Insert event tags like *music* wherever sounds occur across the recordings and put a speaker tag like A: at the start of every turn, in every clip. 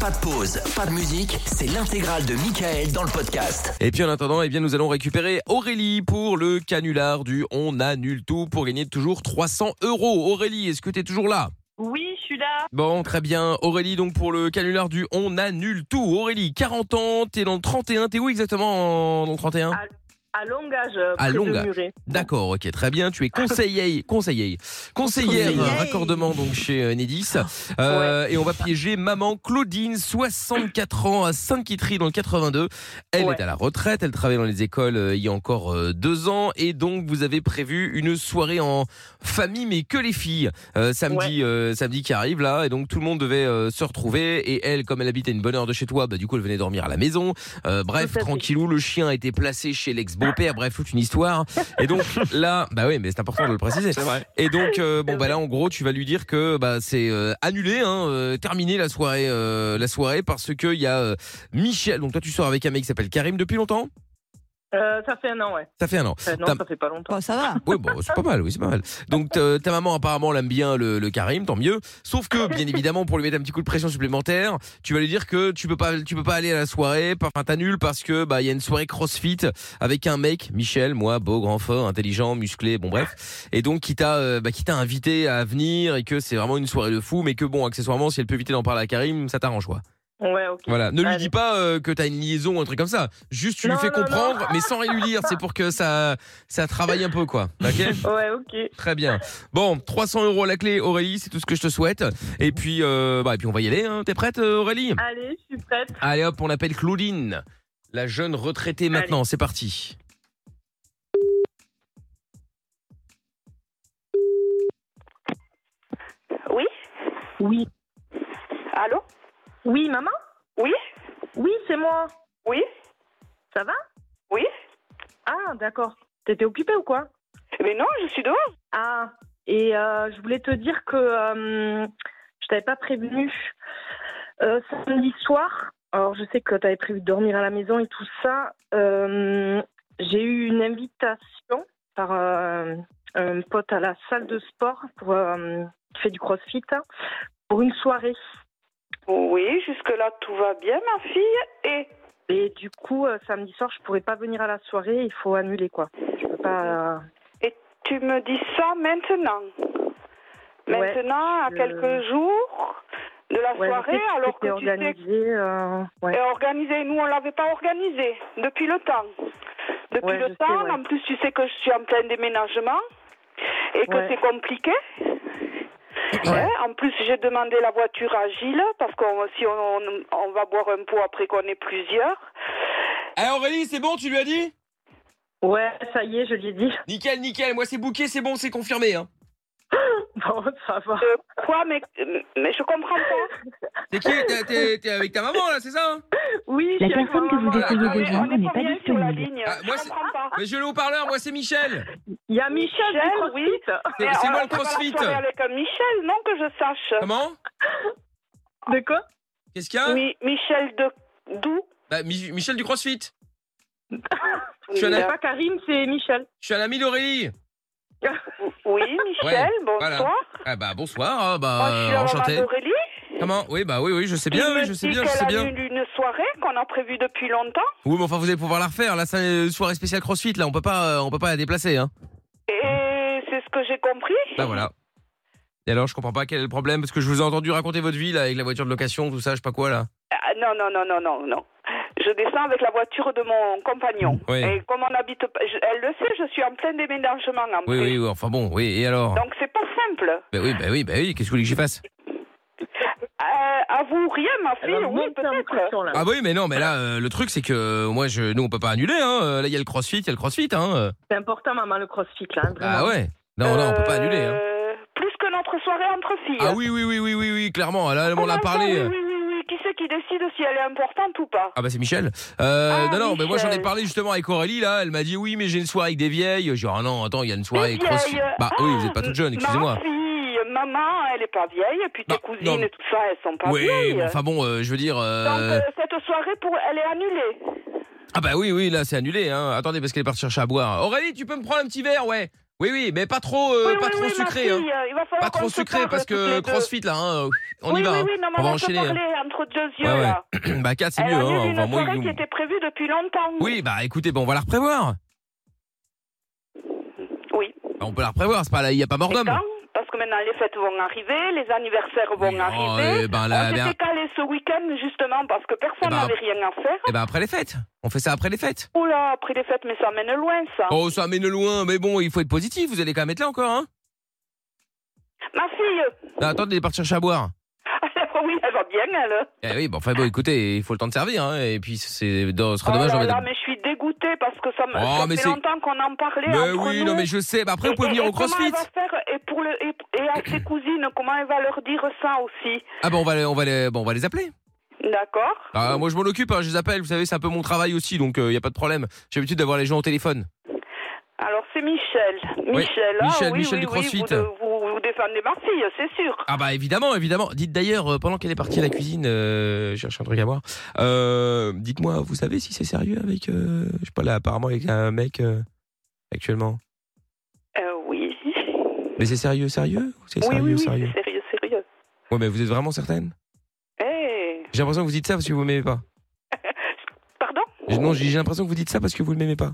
A: Pas de pause, pas de musique, c'est l'intégrale de Michael dans le podcast.
B: Et puis en attendant, eh bien, nous allons récupérer Aurélie pour le canular du On annule tout pour gagner toujours 300 euros. Aurélie, est-ce que tu es toujours là
C: Oui, je suis là.
B: Bon, très bien. Aurélie, donc pour le canular du On annule tout. Aurélie, 40 ans, t'es dans le 31, t'es où exactement en- dans le 31
C: Ah, À Longage, euh,
B: À
C: près
B: Longage.
C: de Muret.
B: D'accord, ok, très bien. Tu es conseillère, conseillère, conseillère
D: Conseillère.
B: raccordement donc chez euh, Nedis. Euh, Et on va piéger maman Claudine, 64 ans, à Sainte-Quitterie dans le 82. Elle
C: Ouais.
B: est à la retraite, elle travaille dans les écoles euh, il y a encore euh, deux ans. Et donc vous avez prévu une soirée en famille, mais que les filles, euh, samedi, euh, samedi qui arrive là. Et donc tout le monde devait euh, se retrouver. Et elle, comme elle habitait une bonne heure de chez toi, bah, du coup elle venait dormir à la maison. Euh, bref,
C: Tout à fait.
B: tranquillou, le chien a été placé chez l'ex-beau-père, bref, toute une histoire. Et
C: *laughs*
B: donc là, bah oui, mais c'est important de le préciser. Et donc, euh, bon, bah là, en gros, tu vas lui dire que bah, c'est euh, annulé, hein, euh, terminé la soirée, euh, la soirée parce qu'il y a euh, Michel. Donc toi, tu sors avec un mec qui s'appelle Karim depuis longtemps
C: Euh, ça fait un an, ouais.
B: Ça fait un an.
C: Euh, non,
B: T'as-
C: ça fait pas longtemps.
D: Bon, ça va.
B: Oui, bon, c'est pas mal, oui, c'est pas mal. Donc, euh, ta maman, apparemment, l'aime bien le, le Karim, tant mieux. Sauf que, bien évidemment, pour lui mettre un petit coup de pression supplémentaire, tu vas lui dire que tu peux pas, tu peux pas aller à la soirée, par- enfin, t'annules parce que, bah, il y a une soirée crossfit avec un mec, Michel, moi, beau, grand, fort, intelligent, musclé, bon, bref. Et donc, qui t'a, euh, bah, qui t'a invité à venir et que c'est vraiment une soirée de fou, mais que bon, accessoirement, si elle peut éviter d'en parler à Karim, ça t'arrange, quoi.
C: Ouais, ok.
B: Voilà. Ne lui
C: Allez.
B: dis pas euh, que t'as une liaison ou un truc comme ça. Juste, tu lui
C: Non,
B: fais
C: non, non.
B: comprendre, mais sans rien lui dire. C'est pour que ça, ça travaille un peu, quoi. Ok?
C: Ouais, ok.
B: Très bien. Bon, 300 euros à la clé, Aurélie, c'est tout ce que je te souhaite. Et puis, euh, bah, et puis on va y aller. Hein. T'es prête, euh, Aurélie
C: Allez, je suis prête.
B: Allez hop, on appelle Claudine, la jeune retraitée maintenant. C'est parti.
E: Oui
C: Oui.
E: Allô
C: Oui, maman
E: Oui
C: Oui, c'est moi.
E: Oui
C: Ça va
E: Oui
C: Ah, d'accord. T'étais occupée ou quoi
E: Mais non, je suis dehors.
C: Ah, et euh, je voulais te dire que euh, je t'avais pas prévenu. Euh, samedi soir, alors je sais que t'avais prévu de dormir à la maison et tout ça, euh, j'ai eu une invitation par euh, un pote à la salle de sport pour, euh, qui fait du crossfit hein, pour une soirée.
E: Oui, jusque-là, tout va bien, ma fille. Et
C: Et du coup, euh, samedi soir, je pourrais pas venir à la soirée, il faut annuler quoi. Je peux pas. euh,
E: tu me dis ça maintenant.
C: Ouais,
E: Maintenant, à
C: je-
E: quelques jours de la
C: ouais, je sais
E: soirée,
C: que
E: alors
C: c'était
E: que tu sais
C: organisé, euh, ouais.
E: Et organisé, nous on l'avait pas organisé depuis le temps. Depuis
C: Ouais, je
E: le
C: sais,
E: temps,
C: ouais.
E: en plus tu sais que je suis en plein déménagement et que
C: Ouais.
E: c'est compliqué. Hein, en plus j'ai demandé la voiture à Gilles parce qu'on si on, on, on va boire un pot après qu'on est plusieurs.
B: Eh Aurélie, c'est bon, tu lui as dit
C: Ouais, ça y est, je l'ai dit.
B: Nickel, nickel. Moi, c'est bouquet, c'est bon, c'est confirmé. Hein.
C: *laughs* Bon, ça va.
E: Euh, quoi mais mais je comprends pas.
B: T'es qui T'es- T'es t'es avec ta maman là, c'est ça hein
C: Oui,
F: La
C: je suis avec
F: personne
C: ma
F: que vous
C: maman,
F: essayez
C: là.
F: de
E: Mais on
F: joindre n'est
E: est
F: pas
E: combien sur la
F: disponible.
E: ligne
B: Ah, moi,
E: Je
B: c'est-
E: comprends pas.
B: Mais je le haut-parleur, moi, c'est Michel.
C: Il y a Michel,
E: Michel,
C: du
E: oui.
C: CrossFit.
B: C'est
E: Mais
B: c'est
E: on
B: moi
E: va
B: le
E: faire la
B: crossfit. Ah,
E: soirée avec un Michel, non que je sache.
B: Comment
C: De quoi
B: Qu'est-ce qu'il y a
E: Mi- Michel de d'où
B: Bah, Mi- Michel du CrossFit. Tu en as-
C: C'est pas Karim, c'est Michel.
B: Je suis à l'ami d'Aurélie.
E: Euh, Oui, Michel, bonsoir.
B: Ah bah bonsoir, ah,
E: Moi,
B: bah
E: je
B: euh,
E: suis la maman
B: enchanté.
E: d'Aurélie.
B: Comment Oui, bah oui, oui, je sais
E: Il
B: bien,
E: me
B: oui, je sais
E: dit
B: bien, je
E: qu'elle
B: sais bien.
E: annule une soirée qu'on a prévue depuis longtemps.
B: Oui, mais enfin, vous allez pouvoir la refaire. Là, c'est une soirée spéciale CrossFit. Là, on peut pas, euh, on peut pas la déplacer. Hein.
E: Et c'est ce que j'ai compris.
B: Bah voilà. Et alors, je comprends pas quel est le problème parce que je vous ai entendu raconter votre vie là avec la voiture de location, tout ça, je sais pas quoi là.
E: Ah, non, non, non, non, non, non. Je descends avec la voiture de mon compagnon.
B: Oui.
E: Et comme on habite, pas- je- elle le sait, je suis en plein déménagement en
B: Oui,
E: plus.
B: oui, oui, enfin bon, oui. Et alors
E: Donc c'est pas simple.
B: Bah oui, bah oui, bah oui. Qu'est-ce que vous voulez que j'y fasse
E: Euh, à vous rien, ma fille,
C: Elle va
E: oui,
C: monter en
E: peut-être.
C: pression, là.
B: Ah oui, mais non, mais là, euh, le truc c'est que euh, moi, je, nous, on peut pas annuler. Hein. Euh, Là, il y a le CrossFit, il y a le CrossFit. Hein. euh.
C: C'est important, maman, le crossfit, là. hein,
B: Ah
C: vraiment.
B: ouais. Non, non, on peut pas annuler. Hein.
E: Euh, Plus que notre soirée entre filles.
B: Ah oui, oui, oui, oui, oui, oui, clairement. Là, on
E: Pour
B: en a
E: l'instant,
B: parlé. euh,
E: Oui, oui, oui, oui. Qui c'est qui décide si elle est importante ou pas
B: Ah bah c'est Michel. Euh,
E: Ah,
B: non non, mais moi j'en ai
E: Michel.
B: parlé justement avec Aurélie là. Elle m'a dit oui mais j'ai une soirée avec des vieilles. J'ai dit ah non attends il y a une soirée
E: Des
B: avec CrossFit.
E: vieilles.
B: Bah oui vous êtes pas toute jeune
E: euh, ah, Ma
B: excusez-moi.
E: fille, maman, elle est pas vieille, et puis
B: Non,
E: tes cousines
B: non.
E: et tout ça, elles sont pas
B: Oui
E: vieilles.
B: mais enfin bon euh, je veux dire. euh,
E: Donc euh, cette soirée, pour, elle est annulée.
B: Ah bah oui oui là c'est annulé. Hein. Attendez parce qu'elle est partie chercher à boire. Aurélie tu peux me prendre un petit verre ouais. Oui, oui, mais pas trop, euh,
E: Oui,
B: pas
E: oui,
B: trop
E: oui, ma
B: sucré. hein.
E: fille, euh, il va falloir
B: Pas trop
E: qu'on se
B: sucré
E: parle
B: parce
E: euh, toutes les
B: que
E: deux.
B: CrossFit là, hein, on
E: oui,
B: y va.
E: Oui,
B: hein.
E: oui, non, mais
B: On va
E: peut
B: enchaîner, hein.
E: parler entre deux yeux,
B: Ouais, ouais.
E: là.
B: *clears throat* bah 4 c'est
E: Elle
B: mieux.
E: a
B: Hein.
E: annulé une
B: Enfin, moi,
E: soirée
B: il-
E: qui était prévue depuis longtemps.
B: Oui, bah écoutez, bon, on va la reprévoir.
E: Oui.
B: Bah, on peut la reprévoir, c'est pas là, il y a pas mort
E: Et
B: d'homme.
E: quand Parce que maintenant, les fêtes vont arriver, les anniversaires vont
B: Oui, oh,
E: arriver.
B: eh ben, là,
E: On
B: ben-
E: s'était calé ce week-end, justement, parce que
B: Eh
E: personne
B: ben,
E: n'avait rien à faire.
B: Et bah après les fêtes. On fait ça après les fêtes.
E: Oula, après les fêtes, mais ça mène loin, ça.
B: Oh, ça mène loin, mais bon, il faut être positif, vous allez quand même être là encore, hein.
E: Ma fille, *laughs*
B: Ah, attendez, elle est partie chercher à boire.
E: oui, elle va bien, elle.
B: Eh oui, bon, enfin bon, écoutez, il faut le temps de servir, hein, et puis c'est, ce
E: Oh
B: sera dommage,
E: là
B: on va
E: là,
B: être-
E: mais je suis dégoûtée parce que ça, me-
B: Oh,
E: ça
B: mais
E: fait
B: c'est-
E: longtemps qu'on en parlait.
B: Mais
E: entre
B: oui,
E: nous.
B: non, mais je sais, bah après, vous
E: Et-
B: pouvez
E: et-
B: venir
E: et
B: au
E: Comment elle
B: crossfit.
E: va faire et, pour le, et, et à ses cousines, comment elle va leur dire ça aussi
B: Ah, bah, on va, les- on va les, bon, on va les appeler.
E: D'accord
B: Ah, moi, je m'en occupe, hein, je les appelle, vous savez, c'est un peu mon travail aussi, donc il n'y a pas de problème. J'ai l'habitude d'avoir les gens au téléphone.
E: Alors c'est Michel. Michel, ah
B: Michel,
E: oui,
B: Michel
E: oui,
B: du
E: oui,
B: CrossFit.
E: vous, de- vous, vous défendez ma fille, c'est sûr.
B: Ah, bah, évidemment, évidemment. Dites d'ailleurs, euh, pendant qu'elle est partie à la cuisine, euh, cherche un truc à boire, euh, dites-moi, vous savez si c'est sérieux avec, euh, je sais pas, là, apparemment, avec un mec, euh, actuellement.
E: Euh, oui.
B: Mais c'est sérieux, sérieux Ou C'est
E: oui,
B: sérieux,
E: oui, oui,
B: sérieux
E: c'est sérieux, sérieux.
B: Ouais, mais vous êtes vraiment certaine
E: Eh,
B: J'ai l'impression que vous dites ça parce que vous m'aimez pas.
E: pardon
B: J'ai- Non, j'ai j'ai l'impression que vous dites ça parce que vous ne m'aimez pas.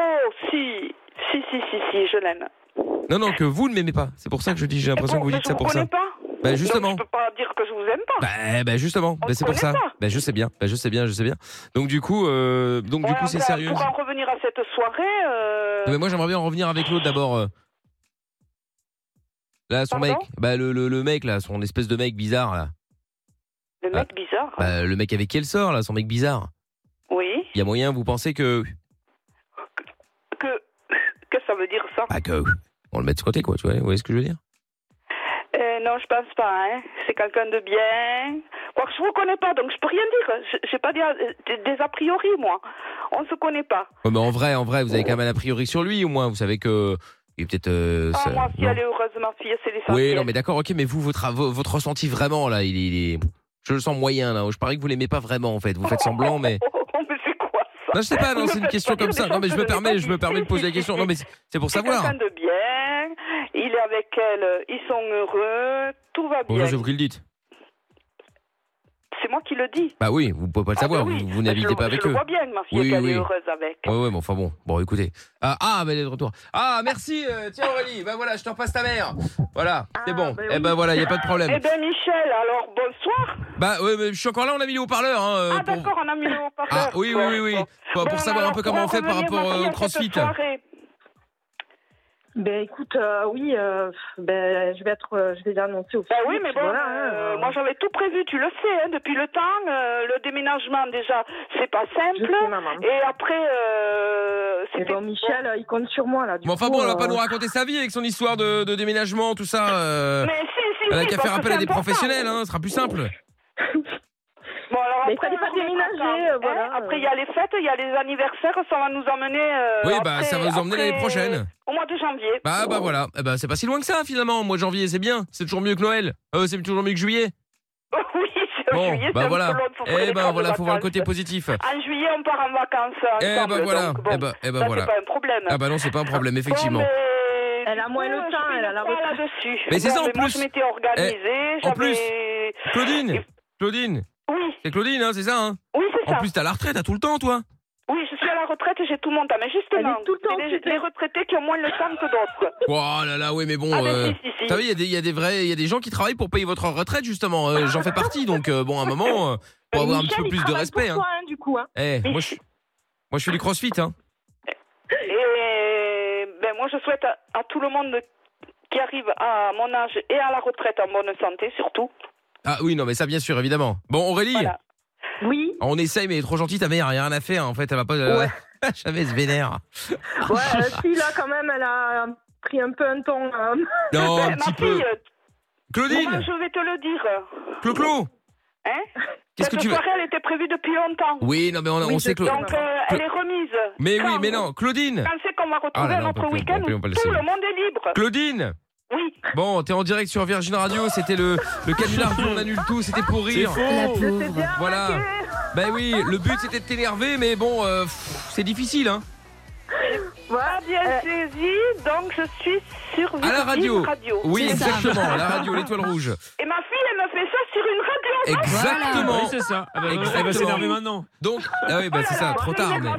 E: Oh, si, si, si, si, si, je l'aime. Eh
B: Non, non, que vous ne m'aimez pas. C'est pour ça que je dis, j'ai l'impression
E: Bon,
B: que vous
E: mais
B: dites
E: je
B: ça pour ça.
E: connais pas.
B: Bah, justement.
E: Donc, je peux pas dire que je vous aime pas.
B: Bah, bah justement,
E: On
B: bah, c'est
E: se
B: pour ça.
E: connaît pas.
B: Bah je sais bien, bah je sais bien, je sais bien. Donc du coup, euh, donc du
E: Ouais,
B: coup c'est
E: enfin,
B: sérieux.
E: Pour en revenir à cette soirée, euh,
B: Non, mais moi j'aimerais bien en revenir avec l'autre d'abord. euh. Là son
E: Pardon
B: mec, bah le, le, le mec là, son espèce de mec bizarre là.
E: le mec bizarre.
B: Bah, le mec avec qui elle sort là, son mec bizarre.
E: Oui.
B: Il y a moyen, vous pensez que
E: Que, *laughs* que ça veut dire ça
B: bah que on le met de ce côté quoi, tu vois, vous voyez ce que je veux dire
E: Euh, non, je pense pas. Hein. C'est quelqu'un de bien. Quoi que je vous connais pas, donc je peux rien dire. Je- J'ai pas des, des- des a priori, moi. On se connaît pas.
B: Ouais, mais en vrai, en vrai, vous avez quand même un a priori sur lui au moins, vous savez que il est peut-être euh,
E: Ah,
B: ça-
E: moi, si
B: non.
E: elle est heureuse, ma fille, c'est l'essentiel.
B: Oui, non mais d'accord, OK, mais vous votre vo- votre ressenti vraiment là, il est, il est- je le sens moyen là, je parie que vous l'aimez pas vraiment en fait, vous faites semblant
E: *laughs*
B: mais
E: Oh, oh, mais c'est quoi ça
B: Non, je sais pas, non,
E: Vous
B: c'est
E: me
B: une
E: faites
B: question
E: pas
B: comme
E: dire
B: ça.
E: des
B: Non, mais
E: choses
B: je
E: que
B: me
E: j'ai pas
B: permets, je me
E: dites.
B: permets de poser la question. Non, mais c'est- c'est pour
E: C'est
B: savoir.
E: quelqu'un de bien. Il est avec elle. Ils sont heureux. Tout va bien.
B: Bonjour, c'est vous qui le dites.
E: C'est moi qui le dis.
B: Bah oui, vous pouvez pas le
E: Ah,
B: savoir,
E: ben oui.
B: vous, vous
E: Mais je
B: n'habitez
E: le-
B: pas avec
E: Je
B: eux.
E: le vois bien, ma fille,
B: Oui,
E: qu'elle
B: oui.
E: est heureuse avec.
B: Ouais, ouais, mais enfin bon, bon, écoutez. Ah, ah, mais elle est de retour. Ah, merci, euh, tiens Aurélie, bah voilà, je te repasse ta mère. Voilà, c'est
C: Ah,
B: bon.
C: bah
B: Eh
C: oui.
B: ben voilà, y a pas de
E: Eh
B: problème.
E: ben, Michel, alors, bonsoir.
B: Bah ouais, mais je suis encore là, on a mis le haut-parleur. Hein, euh,
E: Eh Ah
B: pour-
E: d'accord, on a mis le haut-parleur.
B: Ah, oui, oui, oui, oui. Pour, pour
E: Bon, Ben,
B: savoir
E: alors,
B: un peu comment on
E: pour
B: fait par
E: revenir,
B: rapport euh,
E: Marie, à
B: au
E: cette
B: crossfit.
E: soirée.
C: Ben écoute, euh, oui, euh, ben, je vais être, euh, je vais l'annoncer aussi.
E: Ben oui, mais bon,
C: Voilà, hein,
E: euh,
C: euh,
E: moi j'avais tout prévu, tu le sais, hein, depuis le temps, euh, le déménagement déjà, c'est pas
C: je
E: simple.
C: sais, maman.
E: Et après, euh,
C: Et
E: c'était...
C: bon, Michel, euh, il compte sur moi là. du
B: Mais enfin
C: coup,
E: Oh.
B: bon, elle va pas
C: euh,
B: nous raconter sa vie avec son histoire de, de déménagement, tout ça. euh,
E: Mais si, si,
B: Elle a
E: si,
B: qu'à
E: parce
B: faire
E: que
B: appel à
E: c'est
B: des
E: important. Euh,
B: professionnels, hein, ce sera plus simple.
E: Bon, alors
C: Mais
E: après,
C: fallait pas
E: on remettra
C: déménager,
E: ça.
C: euh, voilà.
E: Hein, Après, il y a les fêtes, il y a les anniversaires, ça va nous emmener... euh,
B: Oui, bah
E: après-
B: ça va vous emmener l'année
E: après-
B: prochaine.
E: Au mois de janvier.
B: Bah bah voilà, Eh bah, c'est pas si loin que ça finalement. Moi janvier c'est bien, c'est toujours mieux que Noël. Euh, c'est toujours mieux que juillet.
E: *laughs* oui, c'est
B: bah. Bon,
E: juillet,
B: bah
E: c'est un
B: voilà.
E: peu long, faut trouver
B: Eh
E: les
B: bah
E: temps de
B: voilà, faut voir le
E: vacances.
B: côté positif.
E: En juillet, on part en vacances hein,
B: Eh
E: ensemble.
B: bah voilà,
E: donc bon,
B: eh bah, eh bah
E: ça,
B: voilà.
E: c'est pas un problème.
B: Ah bah non c'est pas un problème effectivement.
E: Bon, mais,
C: Elle a
E: du
C: moins
E: coup,
C: le
E: je
C: temps,
E: suis
C: elle a la
E: pas
C: retraite.
E: là-dessus.
B: Mais c'est ça, en
E: Moi,
B: plus. Eh,
E: je m'étais organisée.
B: en plus.
E: j'avais-
B: Claudine, Claudine,
E: Oui,
B: c'est Claudine hein, c'est ça hein.
E: oui, c'est
B: En
E: ça.
B: plus t'as la retraite, t'as tout le temps toi.
E: Oui, je suis à la retraite, j'ai tout mon temps. Mais justement,
C: Elle est tout le temps
E: c'est les,
C: occupée.
E: les retraités qui ont moins le temps que d'autres.
B: Oh là là oui mais bon.
E: ah, mais
B: euh,
E: si, si, si.
B: T'as vu, il y a des- il y, a des vrais, il y a des gens qui travaillent pour payer votre retraite justement. Euh, J'en fais partie, donc euh, bon, à un moment, euh, pour
C: euh,
B: avoir un petit
C: Michel,
B: peu
C: il
B: plus de
C: travaille
B: respect.
C: pour
B: Hein.
C: toi, hein, du coup, hein.
B: Eh, moi je, moi je suis du CrossFit. Hein.
E: Et ben, moi, je souhaite à, à tout le monde qui arrive à mon âge et à la retraite en bonne santé, surtout.
B: Ah oui non mais ça bien sûr évidemment. Bon Aurélie,
E: Voilà.
C: Oui. *laughs*
B: on essaye mais elle est trop gentille ta mère, y a rien à faire en fait, elle va pas. euh, *laughs* jamais elle se vénère.
C: Ouais, euh, si là quand même, elle a pris un peu un ton. euh,
B: Non,
E: Ben, Ma
B: un petit peu.
E: fille, moi,
B: Claudine,
E: je vais te le dire.
B: Clo-Clo,
E: Hein
B: qu'est-ce que
E: Cette
B: tu veux
E: soirée, elle était prévue depuis longtemps.
B: Oui, non, mais on, on
C: Oui,
B: sait que.
C: je-
E: Donc, euh, elle est remise.
B: Mais oui,
E: Quand
B: mais non, Claudine
E: Quand c'est qu'on va retrouver
B: Ah là là, on peut plus,
E: notre
B: on
E: week-end
B: peut plus, on
E: où
B: peut le
E: tout
B: laisser.
E: le monde est libre
B: Claudine
E: Oui.
B: Bon, t'es en direct sur Virgin Radio, c'était le, le canular du on annule tout, c'était pour rire.
D: La
C: je sais
D: pauvre.
C: bien.
B: Voilà. Ben
C: ok.
B: Bah oui, le but c'était de t'énerver, mais bon, euh, pff, c'est difficile, hein.
E: Voilà, Ah, bien saisi. Donc, je suis sur
B: À la radio.
E: une radio.
B: Oui,
D: C'est ça.
B: exactement. à La radio, l'étoile rouge.
E: Et ma fille, elle me fait ça sur une radio.
B: Exactement.
F: Oui, c'est ça. Ah bah, Elle
B: Exactement.
F: va s'énerver maintenant.
B: Donc, ah oui, bah c'est ça, trop
C: *laughs*
B: tard. Mais...
E: Bon.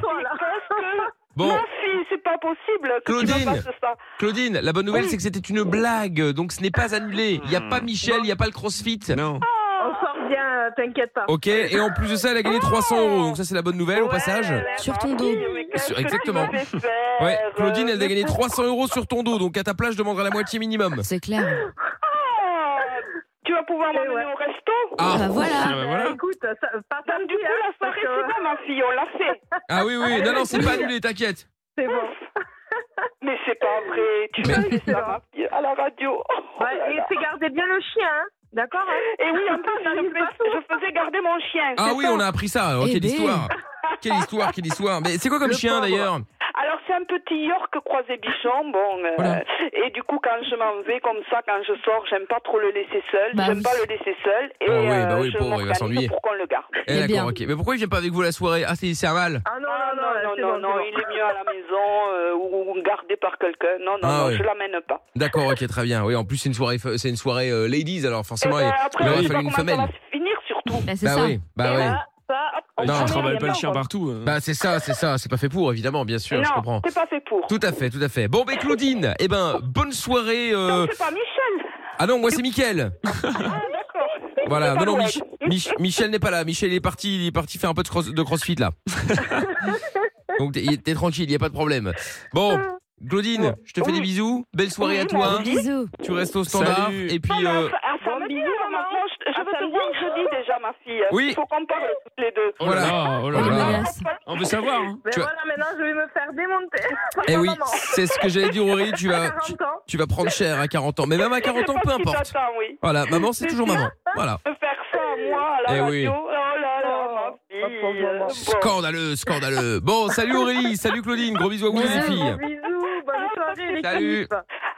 B: Bon,
E: Ma fille, c'est pas possible que tu
B: Claudine.
E: me fasses ça.
B: Claudine, la bonne nouvelle,
E: Oui. Hmm.
B: c'est que c'était une blague, donc ce n'est pas annulé. Il n'y a pas Michel, il n'y a pas le CrossFit.
F: Non.
C: On sort bien, euh, t'inquiète pas.
B: Ok, et en plus de ça, elle a gagné 300 euros, donc ça c'est la bonne nouvelle au
E: Ah. Ouais,
B: passage.
E: elle est
D: Sur ton
E: gentille,
D: dos.
E: mais qu'est-ce
B: Sur-
E: que tu
B: exactement.
E: me fais faire euh,
B: Ouais, Claudine, elle a gagné 300 euros sur ton dos, donc à ta place, je demanderai la moitié minimum.
D: C'est
B: Bah
D: clair.
E: Ah, Tu vas pouvoir
C: Eh ouais.
E: m'emmener au resto
B: Ah.
D: Bah
F: Ah
D: voilà.
F: bah,
C: Euh,
F: voilà.
C: Écoute, ça, hein, pas
E: Donc, du coup, la soirée, c'est pas ma fille, on l'a fait.
B: Ah oui, oui, non, non, c'est pas annulé,
E: *laughs*
B: t'inquiète.
C: c'est bon.
E: Mais c'est pas vrai. Tu
B: Mais-
E: vas laisser ça, ma fille, à la radio. Oh
C: Ouais,
E: là
C: et
E: là.
C: fais garder bien le chien, hein, d'accord hein
E: Et oui, en plus, je,
C: J'arrive pas.
E: fais- je faisais garder mon chien.
B: Ah
E: c'est
B: oui,
E: ça.
B: on a appris ça. Oh,
D: Eh
B: quelle
D: ben.
B: histoire. Quelle histoire, quelle histoire. Mais c'est quoi comme
C: Le
B: chien
C: pauvre.
B: d'ailleurs
E: Alors, c'est un petit York croisé bichon. Bon, euh,
B: Voilà.
E: et du coup, quand je m'en vais comme ça, quand je sors, j'aime pas trop le laisser seul.
D: Bah
E: j'aime
D: oui.
E: pas le laisser seul. Et
B: Ah oui, bah
E: euh,
B: oui,
E: je
B: pauvre, il va
E: m'organise
B: s'ennuyer.
E: pour qu'on le garde.
B: Eh,
D: Eh bien.
B: d'accord, ok. Mais pourquoi il vient pas avec vous à la soirée Ah, c'est c'est un mal.
C: Ah non,
E: Ah,
C: non, non, là, c'est
E: non,
C: bon,
E: non,
C: c'est
E: il
C: bon.
E: est mieux à la maison euh, ou ou gardé par quelqu'un. Non, non,
B: Ah
E: non,
B: oui.
E: je l'amène pas.
B: D'accord, ok, très bien. Oui, en plus c'est une soirée, c'est une soirée euh, ladies, alors forcément
E: Et
B: il,
E: ben, après,
B: il
E: on
B: aurait
E: sait pas
B: fallu une
E: comment ça
B: femelle.
E: va Eh ben, se finir surtout.
D: Bah, c'est
B: Bah
D: ça.
B: oui, bah
C: Et
B: oui.
C: là, ça, hop,
F: Tu
C: on
B: Non.
F: ne
C: s'en
F: travailles
C: met
F: Ah, pas le chien
C: bien,
F: partout. euh.
B: Bah c'est ça, c'est ça. C'est pas fait pour, évidemment, bien sûr, je
E: Mmh. non,
B: comprends.
E: c'est pas fait pour.
B: Tout à fait, tout à fait. Bon, ben Claudine, eh ben bonne soirée. euh,
E: Non, c'est
B: *laughs*
E: pas Michel.
B: Ah non, moi c'est Mickaël.
E: Ah, d'accord.
B: Voilà,
E: C'est pas
B: non, non,
E: Noël.
B: Mich- Mich- Michel n'est pas là. Michel il est parti, il est parti faire un peu de, cross- de crossfit
E: *laughs*
B: là. Donc t'es t'es tranquille, il y a pas de problème. Bon, Claudine, je te fais des bisous. Belle soirée à
E: Oui,
B: toi.
D: Bisous.
B: Tu restes au standard.
F: Salut.
B: Et
E: Non,
B: puis.
E: mais
B: euh,
E: enfin, à
C: Bon
E: samedi,
C: bisous,
E: maman.
C: maman.
E: Je, je
C: À
E: veux te
C: samedi.
E: voir jeudi déjà, ma fille.
B: Oui.
E: Il faut qu'on parle toutes les deux.
F: Oh là
B: Voilà.
F: là, oh là
D: Oh, les
F: là.
D: menaces.
F: On veut savoir. hein.
C: Mais
B: Tu as-
C: voilà, maintenant je vais me faire démonter. *laughs*
B: Eh
C: Par
B: oui,
C: maman.
B: c'est ce que j'allais dire, Aurélie. Tu
E: *laughs*
B: vas, tu,
C: 40 ans.
B: tu vas prendre cher à 40 ans. Mais même à 40 ans,
E: Je sais
B: peu
E: pas ce qui
B: importe.
E: t'attend, oui.
B: Voilà, maman, c'est toujours maman. Voilà.
E: Me faire ça, moi, à la
B: Eh
E: radio.
B: oui.
E: Oh là là,
C: Oh,
E: ma
C: oh, pauvre
E: fille.
C: maman.
E: Bon. *laughs*
B: Scandaleux, scandaleux. Bon, salut Aurélie, salut Claudine, gros bisous à vous les
D: Bisous.
B: filles.
C: Bisous, bonne soirée les
B: Salut.
C: équipe.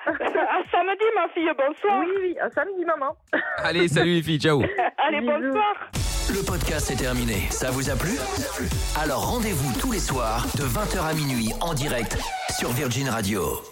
E: À samedi, ma fille. Bonsoir.
C: Oui, oui, à samedi maman.
B: Allez, salut les filles, ciao.
E: Allez,
C: Bisous.
E: bonsoir.
A: Le podcast est terminé. Ça vous a plu Alors rendez-vous tous les soirs de 20h à minuit en direct sur Virgin Radio.